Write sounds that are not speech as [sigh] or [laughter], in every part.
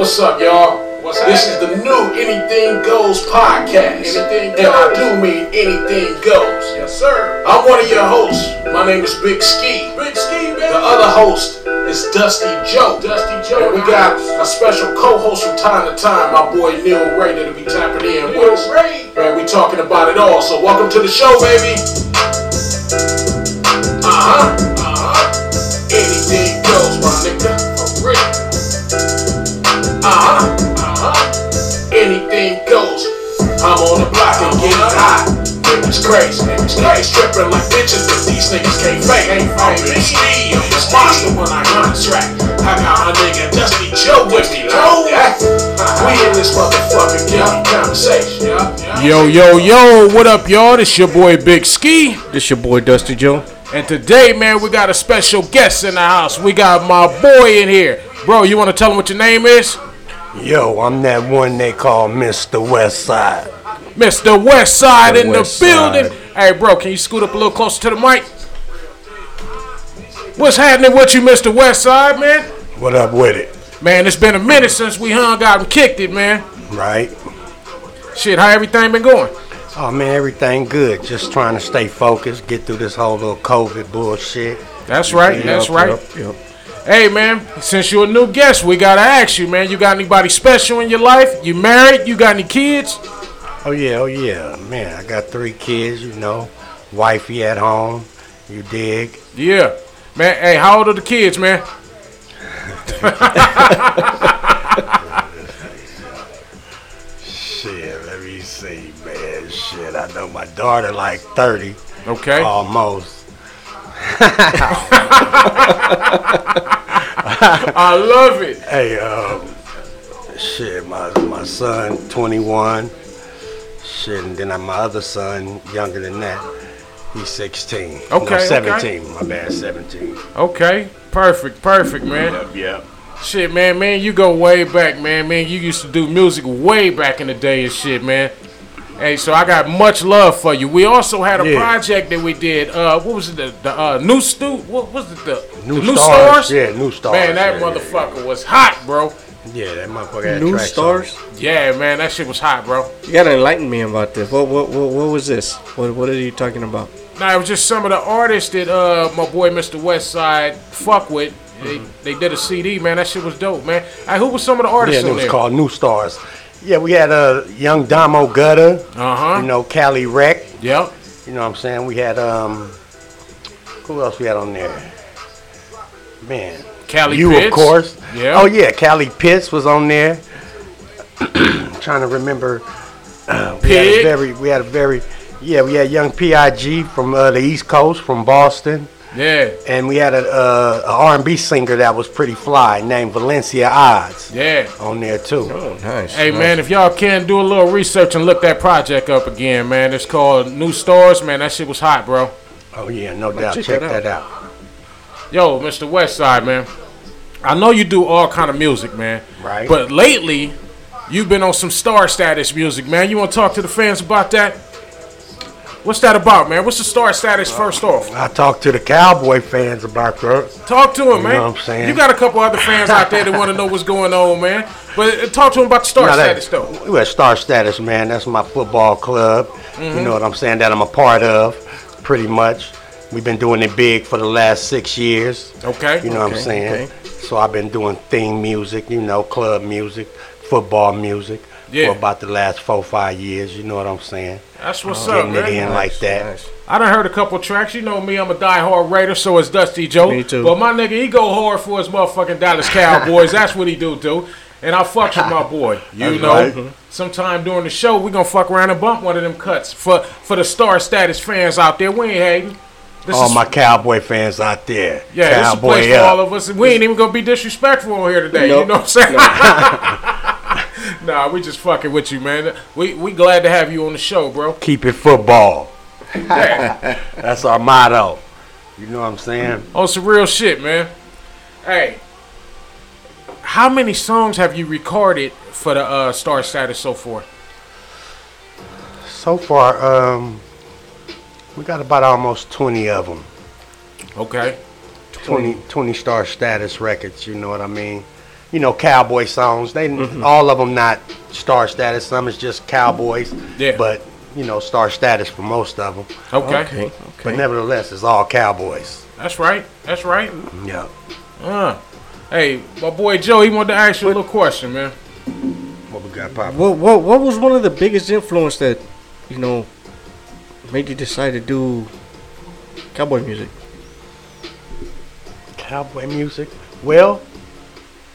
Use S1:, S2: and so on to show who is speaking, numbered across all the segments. S1: What's up, y'all? What's this is the new Anything Goes podcast.
S2: Anything
S1: and I
S2: goes.
S1: do mean anything goes.
S2: Yes, sir.
S1: I'm one of your hosts. My name is Big Ski.
S2: Big ski, man.
S1: The other host is Dusty Joe.
S2: Dusty Joe.
S1: And we got a special co-host from time to time, my boy Neil Ray, that'll be tapping in with us.
S2: Ray.
S1: Man, we talking about it all. So welcome to the show, baby. Uh huh. Uh huh. Anything goes, my nigga.
S2: For real.
S1: Uh huh. Uh huh. Anything goes. I'm on the block and getting hot. Niggas crazy, niggas crazy, stripping like bitches, but these niggas can't fake. I'm Big Steve, I'm a monster when I contract. I got my nigga Dusty Joe with me, like that. We in this motherfucking county conversation. Yo, yo, yo, what up, y'all? This your boy Big Ski.
S3: This your boy Dusty Joe.
S1: And today, man, we got a special guest in the house. We got my boy in here. Bro, you want to tell him what your name is?
S4: Yo, I'm that one they call Mr. Westside.
S1: Mr. Westside
S3: The
S1: in the
S3: West
S1: building.
S3: Side.
S1: Hey, bro, can you scoot up a little closer to the mic? What's happening with you, Mr. Westside, man?
S4: What up with it?
S1: Man, it's been a minute since we hung out and kicked it, man.
S4: Right?
S1: Shit, how everything been going?
S4: Oh man, everything good. Just trying to stay focused, get through this whole little COVID bullshit.
S1: That's right, that's
S3: Yup,
S1: right.
S3: yup, yup.
S1: Hey, man, since you're a new guest, we gotta ask you, man. You got anybody special in your life? You married? You got any kids?
S4: Oh yeah, oh yeah. Man, I got three kids, you know. Wifey at home, you dig?
S1: Yeah. Man, hey, how old are the kids, man?
S4: Shit, let me see, man. Shit, I know my daughter like 30,
S1: Okay.
S5: Oh.
S4: almost.
S1: I love it.
S4: Hey, um, shit, my my son, 21. Shit, and then my other son, younger than that, he's 16. No,
S1: Okay, okay.
S4: 17. My bad, 17.
S1: Okay. Perfect, perfect, man.
S4: Yep.
S1: Shit, man, man, you go way back, man. Man, you used to do music way back in the day and shit, man. Hey, so I got much love for you. We also had a
S4: Yeah.
S1: project that we did. Uh, what was it? The, the uh, new stu? What was it? The
S4: New,
S1: the new
S4: stars.
S1: stars?
S4: Yeah, new stars.
S1: man, that
S4: yeah,
S1: motherfucker was hot, bro.
S4: Yeah, yeah. Yeah, that motherfucker had
S3: New
S4: tracks on
S3: stars.
S4: it.
S1: Yeah, man, that shit was hot, bro.
S3: You gotta enlighten me about this. What what what, what was this? What what are you talking about?
S1: Nah, it was just some of the artists that uh my boy Mr. Westside fuck with. They, they did a CD, man. That shit was dope, man. Hey, who was some of the
S4: Mm-hmm. Yeah,
S1: artists
S4: and it
S1: on
S4: was
S1: there?
S4: called New Stars. Yeah, we had a uh, young Damo Gutter,
S1: Uh-huh.
S4: you know, Cali Wreck,
S1: Yep.
S4: you know what I'm saying? We had, um, who else we had on there? Man,
S1: Cali
S4: you of
S1: Pitts.
S4: course.
S1: Yeah.
S4: Oh yeah, Callie Pitts was on there. [clears throat] trying to remember. Uh, we had
S1: Pig.
S4: a very, we had a very, yeah, we had young Pig from uh, the East Coast, from Boston,
S1: Yeah.
S4: and we had a, uh, a R&B singer that was pretty fly named Valencia Odds
S1: Yeah.
S4: on there too.
S3: Oh, nice.
S1: Hey man, if y'all can do a little research and look that project up again, man. It's called New Stars, man. That shit was hot, bro.
S4: Oh yeah, no doubt.
S3: check
S4: Check,
S3: that out.
S4: that out.
S1: Yo, Mr. Westside, man. I know you do all kind of music, man.
S4: Right.
S1: But lately, you've been on some star status music, man. You want to talk to the fans about that? What's that about, man? What's the star status first off?
S4: I talked to the Cowboy fans about that.
S1: Talk to him, man.
S4: what I'm saying?
S1: You got a couple other fans out there that want to know what's going on, man. But uh, talk to him about the star
S4: Now that-
S1: status, though.
S4: We at Star Status, man. That's my football club. You
S1: Mm-hmm.
S4: know what I'm saying? That I'm a part of, pretty much. We've been doing it big for the last six years.
S1: Okay.
S4: You know what I'm
S3: Okay,
S4: saying?
S3: okay.
S4: So I've been doing theme music, you know, club music, football music
S1: Yeah.
S4: for about the last four, five years. You know what I'm saying?
S1: That's what's up,
S4: Getting
S1: man.
S4: it in like that.
S3: nice.
S1: I done heard a couple tracks. You know me, I'm a diehard Raider, so is Dusty Joe.
S3: Me too.
S1: But my nigga, he go hard for his motherfucking Dallas Cowboys. That's what he do, do. And I fucks with my boy. You
S4: That's
S1: know,
S4: right.
S1: sometime during the show, we gonna fuck around and bump one of them cuts for for the star status fans out there. We ain't hating. This
S4: All
S1: is,
S4: my cowboy fans out there.
S1: yeah, this is a
S4: cowboy
S1: place for
S4: up.
S1: all of us. We ain't even gonna be disrespectful on here today. You
S3: Nope.
S1: know what I'm saying? [laughs] nah, we just fucking with you, man. We we glad to have you on the show, bro.
S4: Keep it football. [laughs] That's our motto. You know what I'm saying?
S1: on Oh, some real shit, man. Hey, how many songs have you recorded for the uh, Star Status so far?
S4: So far, um, we got about almost 20 of them.
S1: Okay,
S4: 20, 20 star status records, you know what I mean? you know, cowboy songs. They all of them not star status. Some is just cowboys.
S1: Yeah.
S4: But you know, star status for most of them.
S1: Okay.
S3: Okay.
S4: But
S3: Okay.
S4: nevertheless, it's all cowboys.
S1: That's right. That's right.
S4: Yeah.
S1: Uh. Hey, my boy Joe, he wanted to ask you a little question, man.
S4: What we got popping?
S3: What, what what was one of the biggest influence that you know made you decide to do cowboy music?
S4: Cowboy music. Well, [clears throat]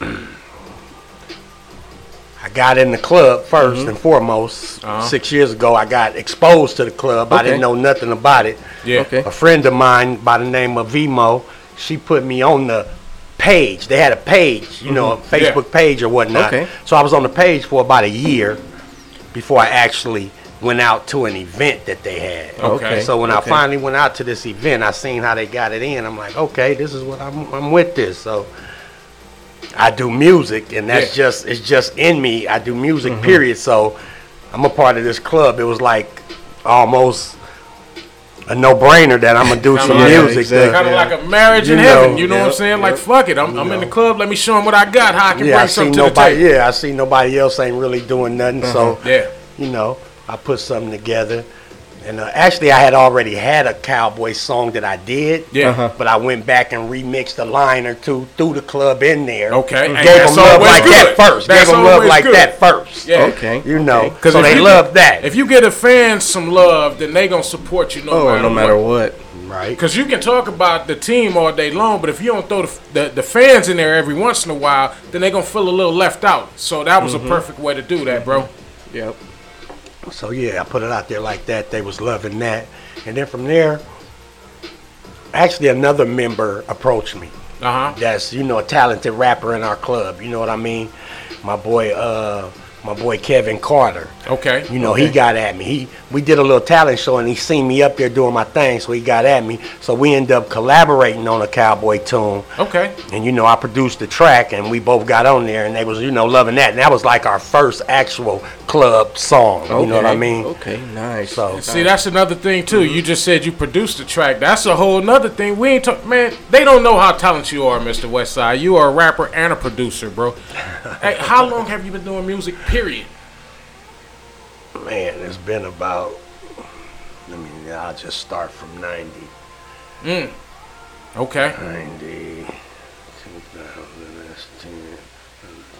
S4: I got in the club 1st and foremost.
S1: Uh-huh.
S4: Six years ago, I got exposed to the club. I
S3: Okay.
S4: didn't know nothing about it.
S1: Yeah.
S3: Okay.
S4: A friend of mine by the name of Vimo, she put me on the page. They had a page, you know, a
S1: Yeah.
S4: Facebook page or whatnot.
S3: Okay.
S4: So I was on the page for about a year before I actually went out to an event that they had.
S1: Okay.
S4: So when I
S3: Okay.
S4: finally went out to this event, I seen how they got it in. I'm like, okay, this is what I'm, I'm with this. So I do music, and that's
S1: Yeah.
S4: just it's just in me. I do music, period. So I'm a part of this club. It was like almost a no brainer that I'm gonna do
S1: Kinda
S4: some
S1: like-
S4: music.
S3: exactly.
S1: Kind of
S3: Yeah.
S1: like a marriage in
S4: You
S1: heaven.
S4: know,
S1: You know what I'm
S3: yeah,
S1: saying?
S3: yeah.
S1: Like, fuck it. I'm, I'm in the club. Let me show him what I got. How I can
S4: yeah, I
S1: bring
S4: see
S1: something to the
S4: nobody.
S1: table.
S4: Yeah, I see nobody else ain't really doing nothing. So
S1: Mm-hmm. Yeah.
S4: you know, I put something together. And uh, actually, I had already had a cowboy song that I did.
S1: Yeah.
S3: Uh-huh.
S4: But I went back and remixed a line or two, threw the club in there.
S1: Okay.
S4: Gave
S1: Hey,
S4: them
S1: that's
S4: love
S1: always
S4: like
S1: good.
S4: that first.
S1: That's
S4: Gave them love
S1: always
S4: like
S1: good.
S4: that first.
S1: Yeah.
S3: Okay.
S4: You know.
S1: Because
S4: So
S1: if
S4: they
S1: you-
S4: love that.
S1: If you get a fan some love, then they gonna support you no
S3: Oh,
S1: matter
S3: no matter what.
S4: right.
S1: Because you can talk about the team all day long, but if you don't throw the, the, the fans in there every once in a while, then they're going to feel a little left out. So that was a perfect way to do that, bro.
S3: Yep.
S4: So yeah, I put it out there like that. They was loving that. And then from there, actually another member approached me.
S1: Uh huh.
S4: that's you know a talented rapper in our club. You know what I mean? My boy, uh, my boy Kevin Carter.
S1: Okay.
S4: You know he got at me. He we did a little talent show and he seen me up there doing my thing, so he got at me. So we ended up collaborating on a cowboy tune.
S1: Okay.
S4: And you know, I produced the track, and we both got on there, and they was you know loving that, and that was like our first actual club song. You know what I
S3: Okay,
S4: mean?
S3: Okay. Nice.
S4: So
S1: See, that's another thing, too. You just said you produced the track. That's a whole nother thing. We ain't talk, man, they don't know how talented you are, Mr. Westside. You are a rapper and a producer, bro. [laughs] hey, how long have you been doing music, period?
S4: man, it's been about. I mean, I'll just start from ninety.
S1: Okay.
S4: 90, 2000, that's 10,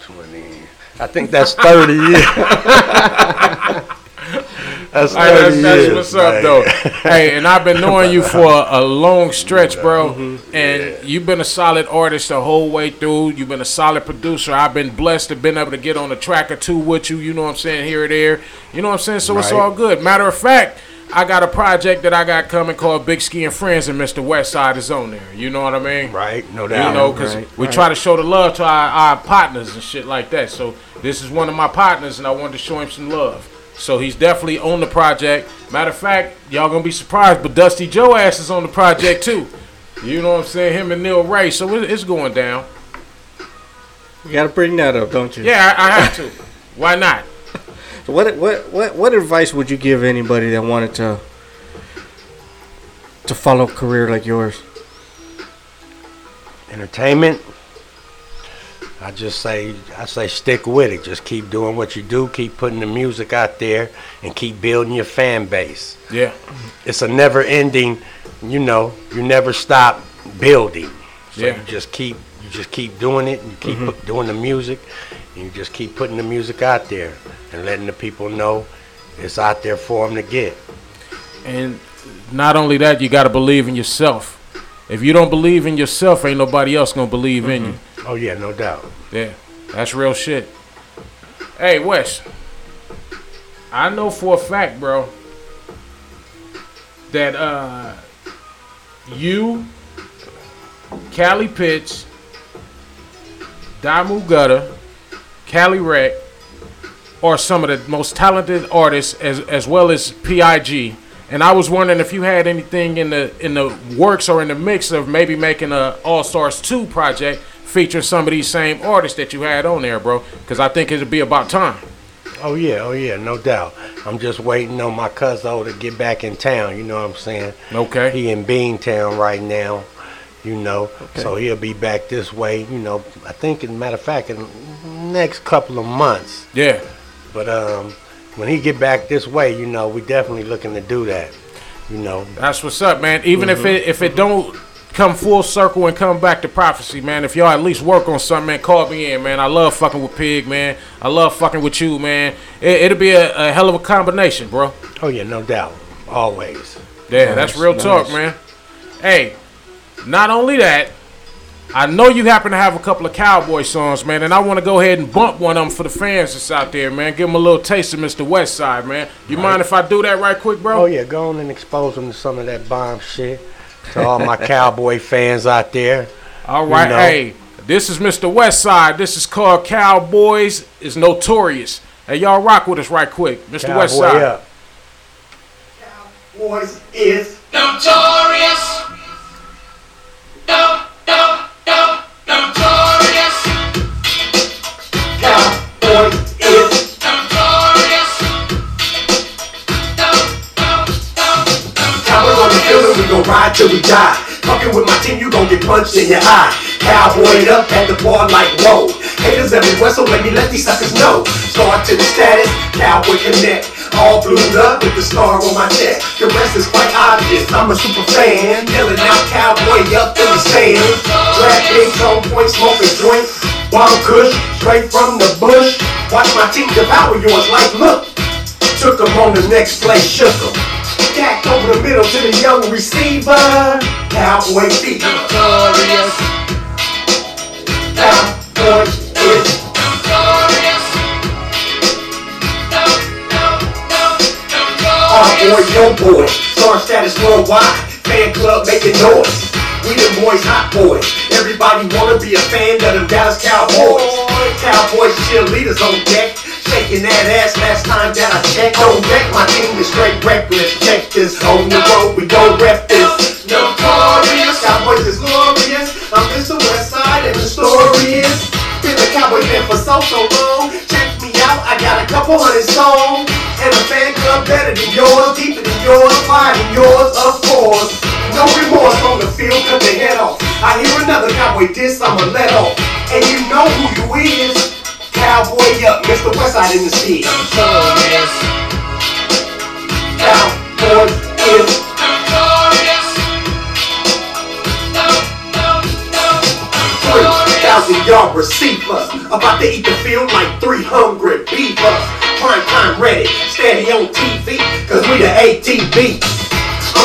S4: 20. I think that's 30 years. [laughs] that's 30
S1: Hey, that's, that's
S4: years.
S1: what's up,
S4: man.
S1: though.
S4: [laughs]
S1: hey, and I've been knowing you for a long stretch, bro.
S4: Mm-hmm.
S1: And you've been a solid artist the whole way through. You've been a solid producer. I've been blessed to been able to get on a track or two with you. You know what I'm saying? Here or there. You know what I'm saying? So it's
S4: Right.
S1: all good. Matter of fact, I got a project that I got coming called Big Ski and Friends, and Mr. Westside is on there. You know what I mean?
S4: Right? No doubt.
S1: You know, because
S3: right,
S1: we
S3: right.
S1: try to show the love to our, our partners and shit like that. So this is one of my partners, and I wanted to show him some love. So he's definitely on the project. Matter of fact, y'all gonna be surprised, but Dusty Joe ass is on the project too. You know what I'm saying? Him and Neil Ray. So it- it's going down.
S3: You gotta bring that up, don't you?
S1: Yeah, I, I have to. Why not?
S3: What what what what advice would you give anybody that wanted to to follow a career like yours?
S4: entertainment. I just say I say stick with it. Just keep doing what you do. Keep putting the music out there and keep building your fan base.
S1: Yeah.
S4: it's a never ending you know you never stop building so
S1: Yeah. Mm-hmm.
S4: you just keep you just keep doing it and you keep put- doing the music and you just keep putting the music out there and letting the people know it's out there for them to get
S1: And not only that, you got to believe in yourself. If you don't believe in yourself, ain't nobody else gonna believe in you.
S4: oh yeah no doubt
S1: Yeah, that's real shit. Hey, Wes, I know for a fact, bro, that uh, you, Cali Pitts, Damu Gutter, Cali Rec, are some of the most talented artists, as as well as Pig. And I was wondering if you had anything in the in the works or in the mix of maybe making a All Stars Two project featuring some of these same artists that you had on there, bro. Because I think it'd be about time.
S4: oh yeah oh yeah no doubt i'm just waiting on my cousin to get back in town you know what i'm saying
S1: Okay.
S4: he in beantown right now you know. So he'll be back this way, you know. I think, as a matter of fact, in the next couple of months.
S1: Yeah.
S4: But um, when he get back this way, you know, we definitely looking to do that. You know,
S1: That's what's up, man. Even if it if it don't come full circle and come back to prophecy, man. If y'all at least work on something, man, call me in, man. I love fucking with Pig, man. I love fucking with you, man. It, it'll be a, a hell of a combination, bro.
S4: oh yeah, no doubt, always.
S1: Yeah, that's real talk, man. Hey, not only that, I know you happen to have a couple of cowboy songs, man, and I want to go ahead and bump one of them for the fans that's out there, man. Give them a little taste of Mr. Westside, man. You mind if I do that right quick, bro?
S4: Oh yeah, go on and expose them to some of that bomb shit. To all my cowboy fans out there.
S1: All right,
S4: know.
S1: hey, this is Mr. Westside. This is called Cowboys is Notorious. Hey, y'all rock with us right quick, Mr.
S4: Cowboy
S1: Westside.
S4: up.
S5: Boys is notorious. No, no, no, notorious. Cowboy is notorious. No, no, no, Cowboys on the field and we gon' ride till we die. Fucking with my team, you gon' get punched in your eye. Cowboyed up at the bar like whoa. Haters everywhere, so let me let these suckers know. Start to the status, cowboy connect. All blued up with the star on my neck. The rest is quite obvious. I'm a super fan. Yelling out cowboy up in the sand. Drag big on point, smoking joint. Bomb kush, straight from the bush. Watch my team devour yours like look. Took him on the next play, shook him. Stacked over the middle to the young receiver. Cowboy beat. Notorious. Cowboy is notorious. No, no, no, notorious. Our boy, your boy. Star status worldwide. Fan club making noise. We the boys, hot boys. Everybody wanna be a fan of them Dallas Cowboys. Cowboys cheerleaders on deck. Shaking that ass last time that I checked on deck. My team is straight reckless. Check this. On the road, we go rep this. Notorious. Cowboys is glorious. I'm Mr. Westside and the story is. Been a cowboy fan for so, so long. Check me out, I got a couple hundred songs. And a fan club better than yours, deeper than yours, finer than yours, of course. No remorse on the field, cut the head off. I hear another cowboy diss, I'ma let off. And you know who you is. Cowboy up, Mr. Westside in the seat. Notorious. Cowboy is. Notorious. No, no, no. 3,000 yard receiver. About to eat the field like three hungry beavers. Prime time ready, steady on TV, cause we the ATV.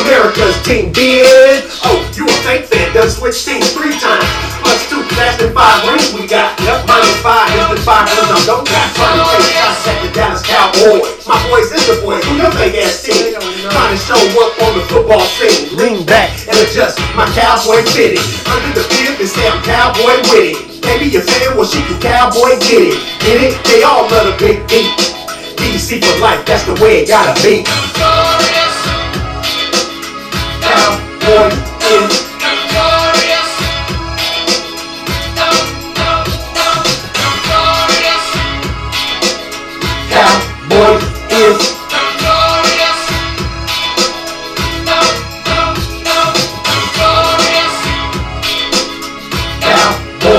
S5: America's team bid. Oh, you a fake fan, done switch teams three times. Plus two, that's the five rings we got. Yep, minus five is the five rings I don't got. Trying to take shots at the Dallas Cowboys. My boys is the boys, who your fake ass team? Trying to show up on the football scene. Lean back and adjust my cowboy fitting. Under the fifth and say I'm cowboy with it. Baby, your fan, well, she can cowboy get it. Get it? They all love the big D. DC for life, that's the way it gotta be. Cowboy is notorious. No, no, no, notorious. Cowboy is notorious. No, no, no, notorious. Cowboy is notorious. No,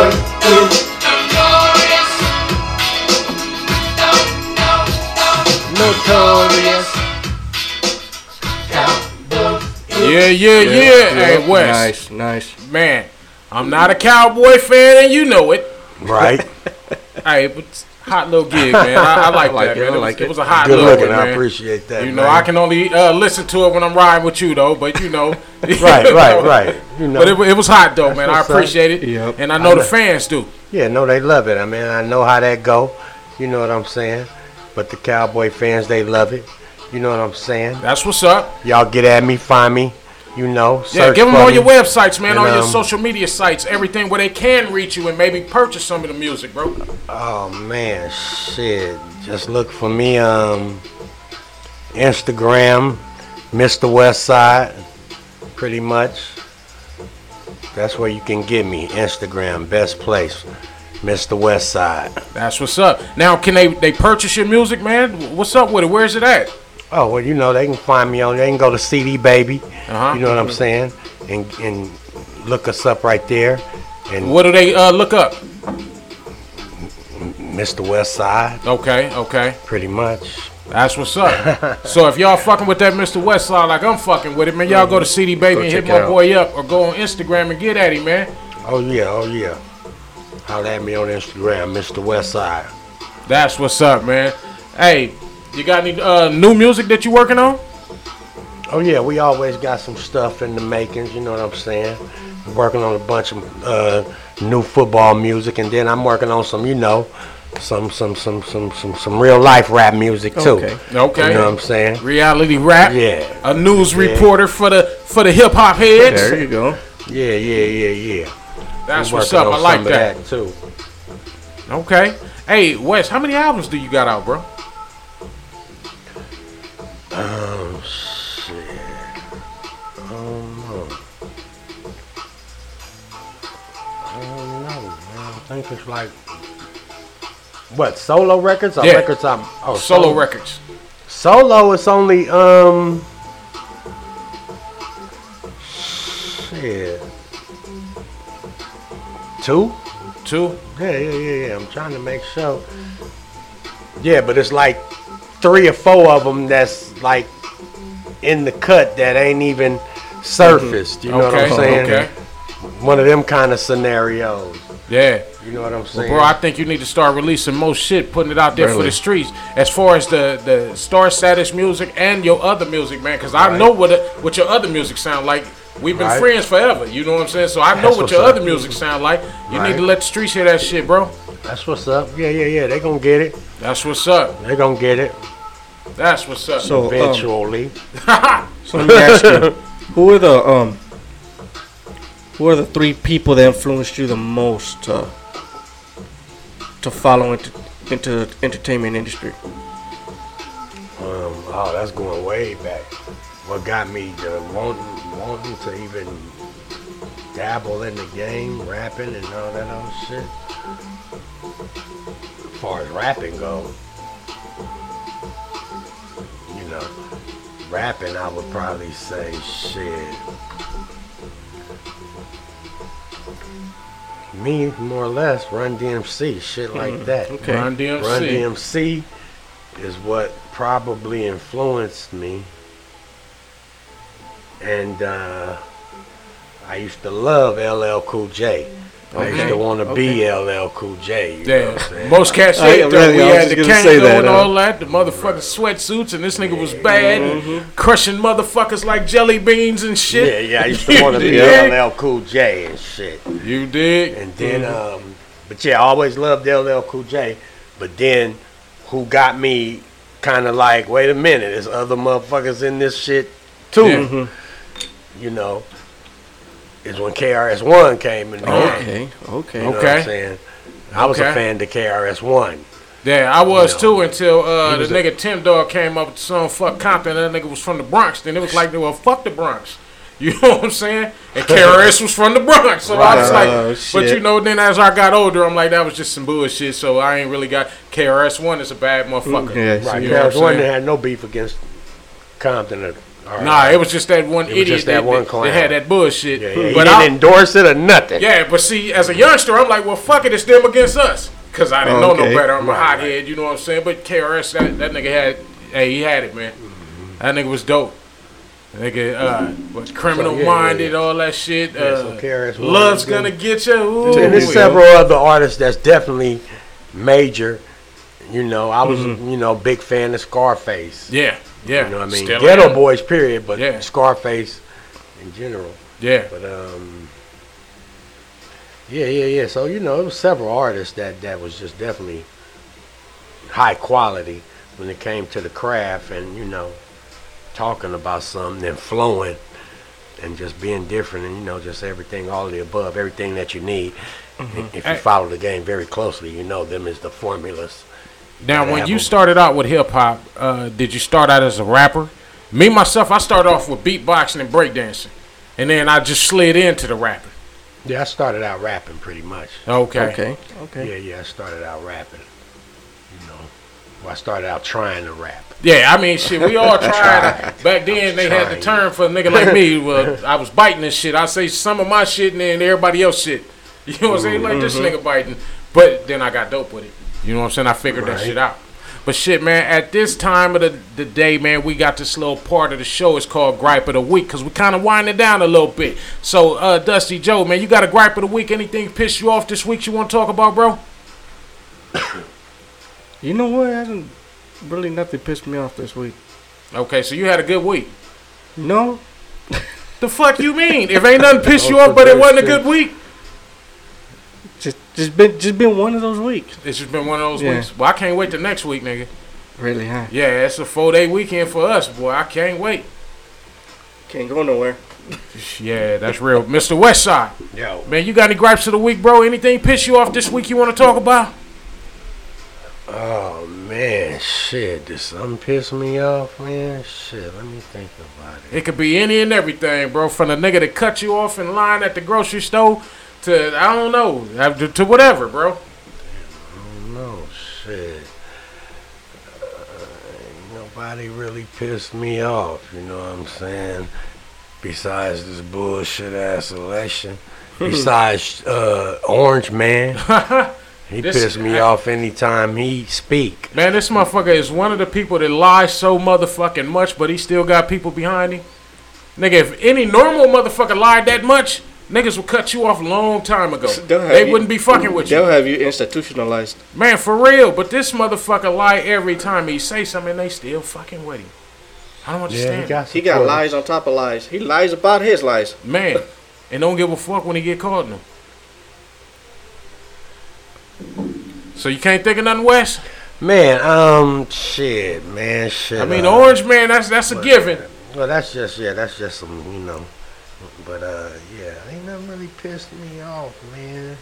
S5: no, no, notorious. Cowboy is
S1: Yeah, yeah, yeah. Hey, Wes,
S3: Nice, nice.
S1: man, I'm not a cowboy fan, and you know it.
S4: [laughs] Right.
S1: Hey, but it's a hot little gig, man. I, I
S4: [laughs]
S1: like,
S3: like
S1: that,
S3: it, I
S1: man. It,
S3: like
S1: was, it
S3: it.
S1: was a hot
S4: Good
S1: little
S4: looking.
S1: one,
S4: I
S1: man.
S4: appreciate that.
S1: You know,
S4: man.
S1: I can only uh, listen to it when I'm riding with you, though. But [laughs] you know,
S4: [laughs] Right, right, right. You know.
S1: But it, wa- it was hot though, man. I
S4: what's up.
S1: appreciate it,
S3: Yep.
S1: and I know the fans do.
S4: Yeah, no, they love it. I mean, I know how that go. You know what I'm saying? But the cowboy fans, they love it. You know what I'm saying?
S1: That's what's up.
S4: Y'all get at me, find me. You know, search
S1: Yeah, give them
S4: for
S1: on
S4: me.
S1: your websites, man,
S4: And,
S1: on your
S4: um,
S1: social media sites, everything where they can reach you and maybe purchase some of the music, bro.
S4: Oh man, shit! Just look for me. Um, Instagram, Mr. Westside, pretty much. That's where you can get me. Instagram, best place. Mr. Westside.
S1: That's what's up. Now, can they they purchase your music, man? What's up with it? Where's it at?
S4: Oh well, you know they can find me on. They can go to CD Baby.
S1: Uh-huh.
S4: You know what I'm saying? And and look us up right there. And
S1: What do they uh, look up?
S4: Mr. West Side,
S1: Okay, okay.
S4: pretty much.
S1: That's
S4: [laughs]
S1: what's up. so if y'all fucking with that Mr. Westside like I'm fucking with it, man, y'all go to CD Baby
S4: Go
S1: and hit
S4: check it
S1: my
S4: out.
S1: boy up or go on Instagram and get at him, man.
S4: Oh yeah, oh yeah. Holler at me on Instagram, Mr. West Side.
S1: That's what's up, man. Hey, you got any uh, new music that you working on?
S4: Oh yeah, we always got some stuff in the makings. You know what I'm saying? Working on a bunch of uh, new football music, and then I'm working on some, you know, some some some some some some real life rap music too.
S3: Okay.
S1: Okay.
S4: You know what I'm saying?
S1: Reality rap.
S4: Yeah.
S1: A news
S4: Yeah.
S1: reporter for the for the hip hop heads.
S3: There you go.
S4: Yeah, yeah, yeah, yeah.
S1: That's
S4: We're
S1: what's
S4: working
S1: up. I
S4: on
S1: like
S4: some of
S1: that.
S4: too.
S1: Okay. Hey, Wes, how many albums do you got out, bro?
S4: Um, shit. I don't know. I don't know, man. I think it's like what solo records or
S1: Yeah.
S4: records? I'm oh
S1: Solo records.
S4: Solo it's only um shit. Two?
S1: Two.
S4: Yeah, yeah, yeah, yeah. I'm trying to make sure. Yeah, but it's like three or four of them that's like in the cut that ain't even surfaced. You know
S1: okay.
S4: what I'm saying?
S1: Okay.
S4: One of them kind of scenarios.
S1: Yeah.
S4: You know what I'm saying?
S1: Bro, I think you need to start releasing most shit, putting it out there for
S3: Really?
S1: the streets. As far as the the star status music and your other music, man, because I know what it- what your other music sound like. We've been
S4: Right.
S1: friends forever. You know what I'm saying? So I know
S4: That's
S1: what
S4: what's
S1: your
S4: up.
S1: other music sound like. You
S4: Right.
S1: need to let the streets hear that shit, bro.
S4: That's what's up. Yeah, yeah, yeah. They gonna get it.
S1: That's what's up.
S4: They gonna get it
S1: That's what's up.
S3: So, um,
S4: eventually.
S3: so let me ask [laughs] you, who are the um, who are the three people that influenced you the most uh, to follow into into entertainment industry?
S1: Oh,
S4: Um, oh, that's going way back. What got me to wanting, wanting to even dabble in the game, rapping and all that other shit. As far as rapping go, you know, rapping, I would probably say shit. Me, more or less, Run DMC, shit like that.
S3: okay.
S1: Run DMC.
S4: Run DMC is what probably influenced me. And uh, I used to love LL Cool J. I used
S1: Okay.
S4: to want to be LL Cool J. You know what I'm
S1: Yeah,
S4: saying? Oh,
S1: most cats
S3: I-
S1: hate that.
S3: really,
S1: we
S3: I was
S1: had
S3: just
S1: the
S3: gonna say
S1: Kango
S3: that,
S1: and
S3: huh?
S1: all
S4: uh,
S1: that, the motherfucking sweatsuits, and this nigga was
S4: Mm-hmm.
S1: bad, and crushing motherfuckers like jelly beans and shit.
S4: yeah, yeah. I used
S1: [laughs]
S4: to want to be
S1: Yeah.
S4: LL Cool J and shit.
S1: You dig?
S4: And then,
S1: Mm-hmm.
S4: um, but yeah, I always loved LL Cool J. But then, who got me kind of like, wait a minute, there's other motherfuckers in this shit too.
S1: Yeah. Mm-hmm.
S4: You know, is when KRS-One came in.
S3: Okay, okay.
S4: You know what
S1: Okay.
S4: I'm saying? I was
S1: Okay.
S4: a fan of KRS-One.
S1: Yeah, I was
S4: Yeah.
S1: too until uh,
S4: He
S1: the
S4: was a-
S1: nigga Tim Dog came up with some fuck Compton. That nigga was from the Bronx. Then it was like, well, fuck the Bronx. [laughs] You know what I'm saying? And KRS was from the Bronx. So I was like,
S3: Right. Oh,
S1: but
S3: shit.
S1: you know, then as I got older, I'm like, that was just some bullshit. So I ain't really got KRS1 is a bad motherfucker.
S3: Yeah, so
S4: Right.
S3: you-
S1: know what I'm
S4: KRS-One
S1: saying?
S4: had no beef against Compton. Or, or,
S1: Nah, it was just that one
S4: It was
S1: idiot
S4: just
S1: that,
S4: that one
S1: that- that
S4: clown.
S1: had that bullshit.
S4: Yeah, yeah, he
S1: But
S4: didn't
S1: I,
S4: endorse it or nothing.
S1: yeah, but see, as a youngster, I'm like, well, fuck it, it's them against us. Cause I didn't know no
S3: Okay.
S1: better. I'm a
S4: Right,
S1: hothead, you know what I'm saying? But KRS, that, that nigga had, hey, he had it, man.
S4: Mm-hmm.
S1: That nigga was dope. That nigga, uh, was criminal
S4: yeah, yeah,
S1: minded, all that shit. uh,
S4: so KRS One
S1: love's
S4: is
S1: gonna
S4: gonna-
S1: get you. Ooh,
S4: And there's
S1: wee.
S4: several other artists that's definitely major. You know, I was you know big fan of Scarface.
S1: Yeah, Mm-hmm. yeah.
S4: You know what I mean?
S1: Still
S4: Ghetto
S1: am.
S4: Boys, period, but
S1: Yeah.
S4: Scarface in general.
S1: Yeah,
S4: But um, yeah, yeah, yeah. So you know, it was several artists that that was just definitely high quality when it came to the craft, and you know, talking about something and flowing, and just being different, and you know, just everything, all of the above, everything that you need. If you
S1: Hey.
S4: follow the game very closely, you know them is the formulas.
S1: Now, when
S4: have
S1: you
S4: them.
S1: started out with hip hop, uh, did you start out as a rapper? Me myself, I started off with beatboxing and breakdancing, and then I just slid into the rapping.
S4: Yeah, I started out rapping pretty much.
S1: Okay.
S3: okay, okay.
S4: Yeah, yeah, I started out rapping. You know, Well, I started out trying to rap.
S1: Yeah, I mean, shit, we all tried. to- Back then, they had the
S4: trying.
S1: term for a nigga like me. Well, I was biting this shit. I say some of my shit and then everybody else shit. [laughs] You know what I'm saying? Like this nigga biting. But then I got dope with it. You know what I'm saying? I figured that shit out. But shit, man, at this time of the, the day, man, we got this little part of the show. It's called Gripe of the Week because we kind of winding down a little bit. So, uh, Dusty Joe, man, you got a Gripe of the Week? Anything piss you off this week you want to talk about, bro?
S3: You know what? Hasn't really nothing pissed me off this week.
S1: Okay, so you had a good week.
S3: No,
S1: The fuck you mean? If ain't nothing piss you
S3: Oh,
S1: off, but it
S3: for
S1: wasn't a
S3: God's
S1: good week.
S3: just just been just been one of those weeks.
S1: It's just been one of those
S3: Yeah.
S1: weeks. Well, I can't wait to next week, nigga.
S3: Really, huh?
S1: Yeah, it's a four day weekend for us, boy. I can't wait.
S3: Can't go nowhere.
S1: Yeah, that's real. Mr. Westside,
S4: Yo,
S1: man, you got any gripes of the week, bro? Anything piss you off this week you want to talk about?
S4: oh man, shit, did something piss me off, man? Shit, let me think about it.
S1: It could be any and everything, bro. From the nigga that cut you off in line at the grocery store to, I don't know, uh, to- to whatever, bro.
S4: No shit. Uh, nobody really pissed me off, you know what I'm saying? Besides this bullshit ass election.
S1: Hmm.
S4: Besides uh, Orange
S1: [laughs]
S4: Man. He
S1: This-
S4: pissed me off anytime he speak.
S1: Man, this motherfucker is one of the people that lies so motherfucking much, but he still got people behind him. Nigga, if any normal motherfucker lied that much, niggas would cut you off a long time ago.
S3: They'll have
S1: They
S3: you-
S1: wouldn't be fucking with
S3: They'll
S1: you.
S3: have you institutionalized.
S1: Man, for real, but this motherfucker lie every time he say something and they still fucking with him. I don't understand.
S3: He got lies on top of lies. He lies about his lies.
S1: Man, and don't give a fuck when he get caught in them. So you can't think of nothing, Wes?
S4: Man, um, shit, man, shit.
S1: I mean, the
S4: uh,
S1: orange man, that's that's a given.
S4: Well, that's just yeah, that's just some you know, but uh, yeah, ain't nothing really pissed me off, man.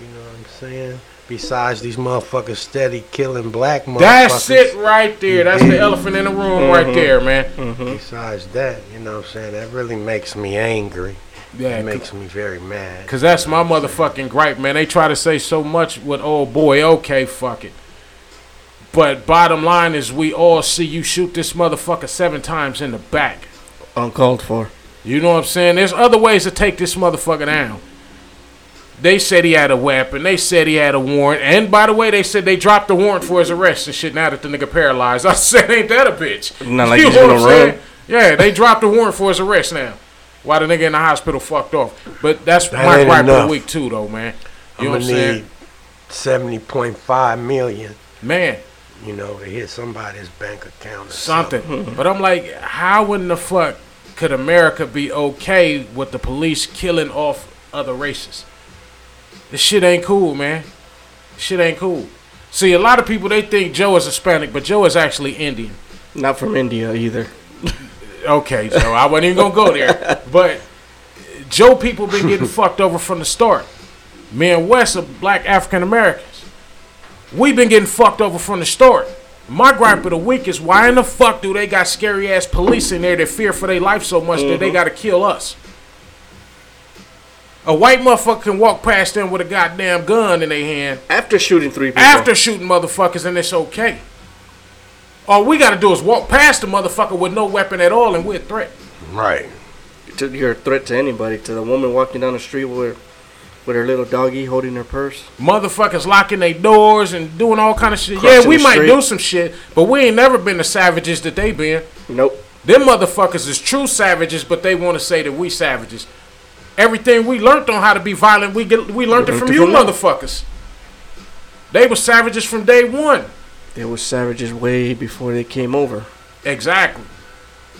S4: You know what I'm saying? Besides these motherfuckers steady killing black motherfuckers. Mm-hmm.
S1: That's it right there. That's the elephant in the room right there, man.
S4: Besides that, you know what I'm saying? That really makes me angry.
S1: Yeah,
S4: it makes me very mad.
S1: Cause that's my motherfucking gripe, man. They try to say so much with oh boy, okay, fuck it. But bottom line is we all see you shoot this motherfucker seven times in the back.
S3: Uncalled for.
S1: You know what I'm saying? There's other ways to take this motherfucker down. They said he had a weapon. They said he had a warrant. And by the way, they said they dropped the warrant for his arrest and shit. Now that the nigga paralyzed, [laughs] I said, ain't that a bitch?
S3: Not like
S1: You
S3: he's
S1: know
S3: gonna
S1: what I'm saying?
S3: run.
S1: Yeah, they dropped the warrant for his arrest now. Why the nigga in the hospital fucked off? But that's
S4: That
S1: my
S4: ain't
S1: gripe of the
S4: enough.
S1: week too, though, man. You know
S4: I'm
S1: what I'm
S4: gonna need
S1: saying?
S4: seventy point five million,
S1: Man,
S4: you know, to hit somebody's bank account or something.
S1: something. But I'm like, how in the fuck could America be okay with the police killing off other races? This shit ain't cool, man. This shit ain't cool. See, a lot of people they think Joe is Hispanic, but Joe is actually Indian.
S3: Not from India either.
S1: Okay, Joe, I wasn't even gonna go there. But Joe people been getting fucked over from the start. Me and Wes are black African Americans. We've been getting fucked over from the start. My gripe of the week is why in the fuck do they got scary ass police in there that fear for their life so much that they gotta kill us? A white motherfucker can walk past them with a goddamn gun in their hand
S3: After shooting three people.
S1: after shooting motherfuckers and it's okay. All we gotta do is walk past the motherfucker with no weapon at all and we're a threat.
S4: Right.
S3: to, you're a threat to anybody. To the woman walking down the street with her, with her little doggy holding her purse.
S1: motherfuckers locking their doors and doing all kind of shit.
S3: Crossing
S1: yeah, we
S3: the
S1: might
S3: street.
S1: do some shit, but we ain't never been the savages that they been.
S3: Nope.
S1: Them motherfuckers is true savages, but they want to say that we savages. Everything we learned on how to be violent, we get we learned it
S3: Learned
S1: from
S3: it
S1: you
S3: from them.
S1: motherfuckers. They were savages from day one.
S3: They were savages way before they came over.
S1: Exactly.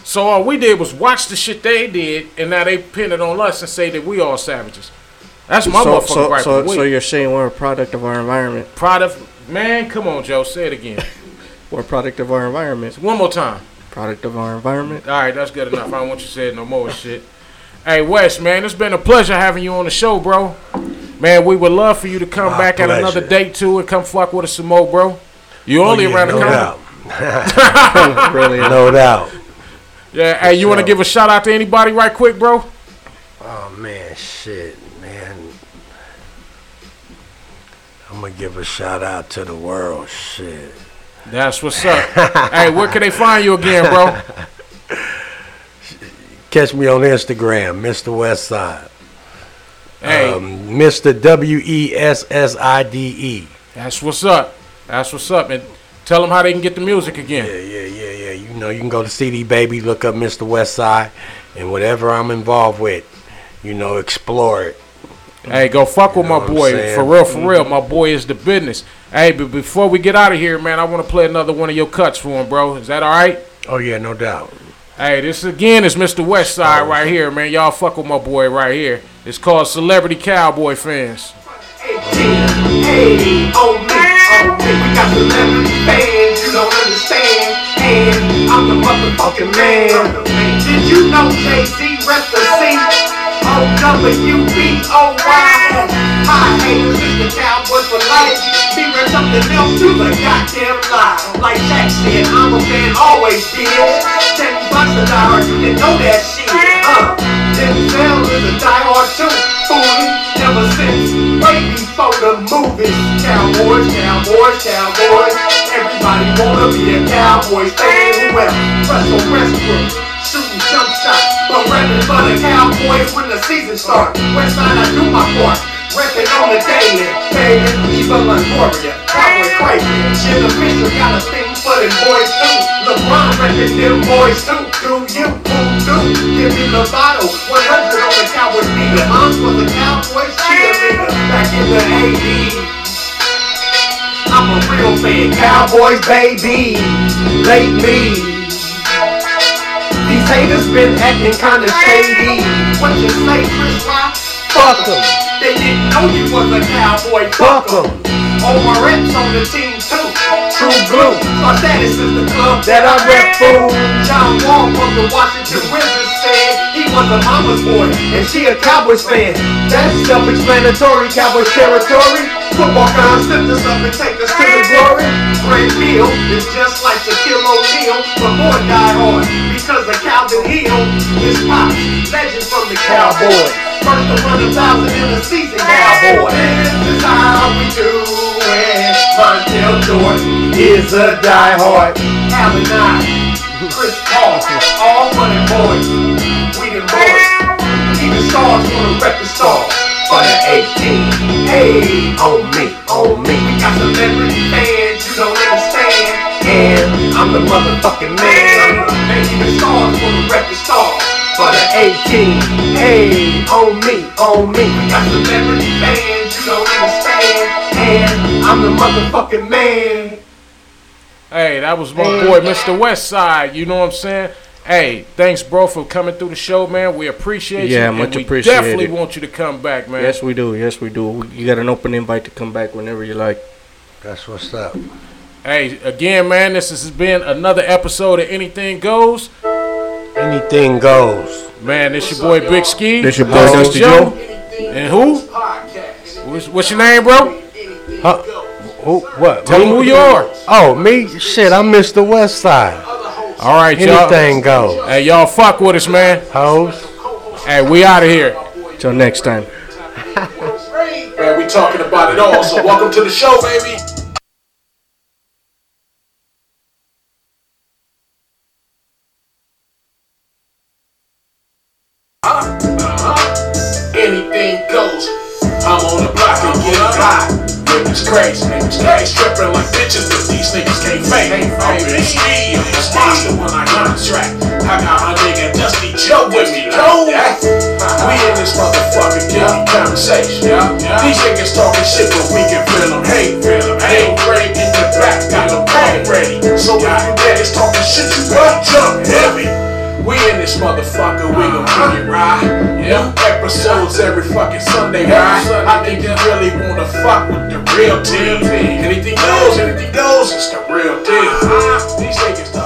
S1: So all we did was watch the shit they did, and now they pin it on us and say that we all savages. That's my
S3: so,
S1: motherfucking
S3: so,
S1: gripe
S3: so,
S1: of the
S3: so
S1: week.
S3: you're saying we're a product of our environment.
S1: Product, man, come on, Joe, say it again.
S3: We're a product of our environment.
S1: One more time.
S3: Product of our [laughs] environment.
S1: All right, that's good enough. I don't want you saying no more shit. Hey, Wes, man, it's been a pleasure having you on the show, bro. Man, we would love for you to come
S4: My
S1: back at
S4: pleasure. Oh,
S1: another date too and come fuck with us some more, bro. You only
S4: yeah,
S1: around the
S4: no
S1: corner.
S4: doubt.
S3: really. [laughs]
S4: No doubt.
S1: Yeah. Hey, you want to
S4: sure.
S1: give a shout out to anybody right quick, bro?
S4: Oh man, shit, man. I'm gonna give a shout out to the world, shit.
S1: That's
S4: [laughs]
S1: what's up. hey, where can they find you again, bro?
S4: Catch me on Instagram, Mr. Westside.
S1: Hey,
S4: Um, Mr. W E S S I D E.
S1: that's what's up. That's what's up. And tell them how they can get the music again.
S4: Yeah, yeah, yeah, yeah. You know, you can go to CD Baby, look up Mr. Westside, and whatever I'm involved with, you know, explore it.
S1: Hey, go fuck with
S4: know
S1: my
S4: what I'm
S1: boy.
S4: saying?
S1: For real, for real. My boy is the business. Hey, but before we get out of here, man, I want to play another one of your cuts for him, bro. Is that all right?
S4: Oh, yeah, no doubt.
S1: Hey, this again is Mr. Westside right here, man. Y'all fuck with my boy right here. It's called Celebrity Cowboy Fans.
S5: Hey, oh man, oh, we got the celebrity fans, you don't understand. And I'm the motherfucking man. Did you know Jay Z rest the seat? O W B O Y. My haters is the cowboy for life. Fearing something else to the goddamn lie. Like Jack said, I'm a fan, always did. Ten bucks a dollar, you didn't know that shit. Uh, Denzel is a diehard too, fool. Ever since way before the movies, cowboys, cowboys, cowboys. Everybody wanna be a cowboy fan. Well, Russell Westbrook shooting jump shots, but rapping for the Cowboys when the season starts. Westside, I do my part. Reppin' on the daily, baby, Eva Longoria, Cowboy Quake, Jim the Fisher got a thing for them boys too. LeBron reppin' them boys too. Do you, who do? Give me Lovato, 100 on the Cowboys meter. I'm for the Cowboys cheerleader, back in the 80s. I'm a real fan, Cowboys baby, lately. These haters been acting kinda shady. What you say, Chris Rock?
S4: Fuck 'em.
S5: They didn't know you was a cowboy. Fuck 'em. All my reps on the team too. True blue. My status is the club that I rep for. John Wall from the Washington Wizards said he was a mama's boy and she a Cowboys fan. That's self-explanatory. Cowboys territory. Football guys lift us up and take us to the glory. Grant Hill is just like Shaquille O'Neal, but more die hard because of Calvin Hill. His pops, legend from the Cowboys. First to run a thousand in the season, Cowboy. This is how we do it. Montel Jordan is a diehard. Al and I, Chris Paul, all running boys. We the boys. Even stars wanna rep the stars. For the 18, hey, on me, on me. We got celebrity fans, you don't understand. And I'm the motherfucking man. And even stars wanna rep the stars. For the 18, hey, on me, on me. We got celebrity fans, you don't understand. And I'm the motherfucking man.
S1: Hey, that was my boy, Mr. Westside. You know what I'm saying? Hey, thanks, bro, for coming through the show, man. We appreciate
S3: Yeah,
S1: you.
S3: much
S1: and we
S3: appreciated.
S1: Definitely want you to come back, man.
S3: Yes, we do. Yes, we do. You got an open invite to come back whenever you like.
S4: That's what's up.
S1: Hey, again, man, this has been another episode of Anything Goes.
S4: Anything goes.
S1: Man, it's your boy Big Ski.
S3: This your boy,
S1: Hustle
S3: Dusty Joe.
S1: And who?
S5: Podcast.
S1: What's, what's your name, bro?
S4: Huh? Who, what?
S1: Tell
S4: me?
S1: them who you are.
S4: Oh, me? Shit, I'm Mr. Westside.
S1: All right, y'all.
S4: Anything goes.
S1: Hey, y'all, fuck with us, man.
S4: Hoes.
S1: Hey, we out of here.
S3: Till next time.
S1: Man, we talking about it all, so welcome to the show, baby.
S5: anything goes. I'm on the block and get high. Niggas crazy, niggas crazy, stripping like bitches, but these niggas can't fake. I'm in steel, it's monster when I contract. I got my nigga Dusty Joe with me, know that? We in this motherfucker getting conversation. These niggas talking shit, but we can feel them hate. They ain't ready in the back, got them pump ready. So if you niggas talking shit, you got jump heavy. We in this motherfucker, we gon' bring it right. Yeah, episodes every fucking Sunday, right? I think they really wanna fuck with the real deal. Anything goes, anything goes, it's the real deal. These niggas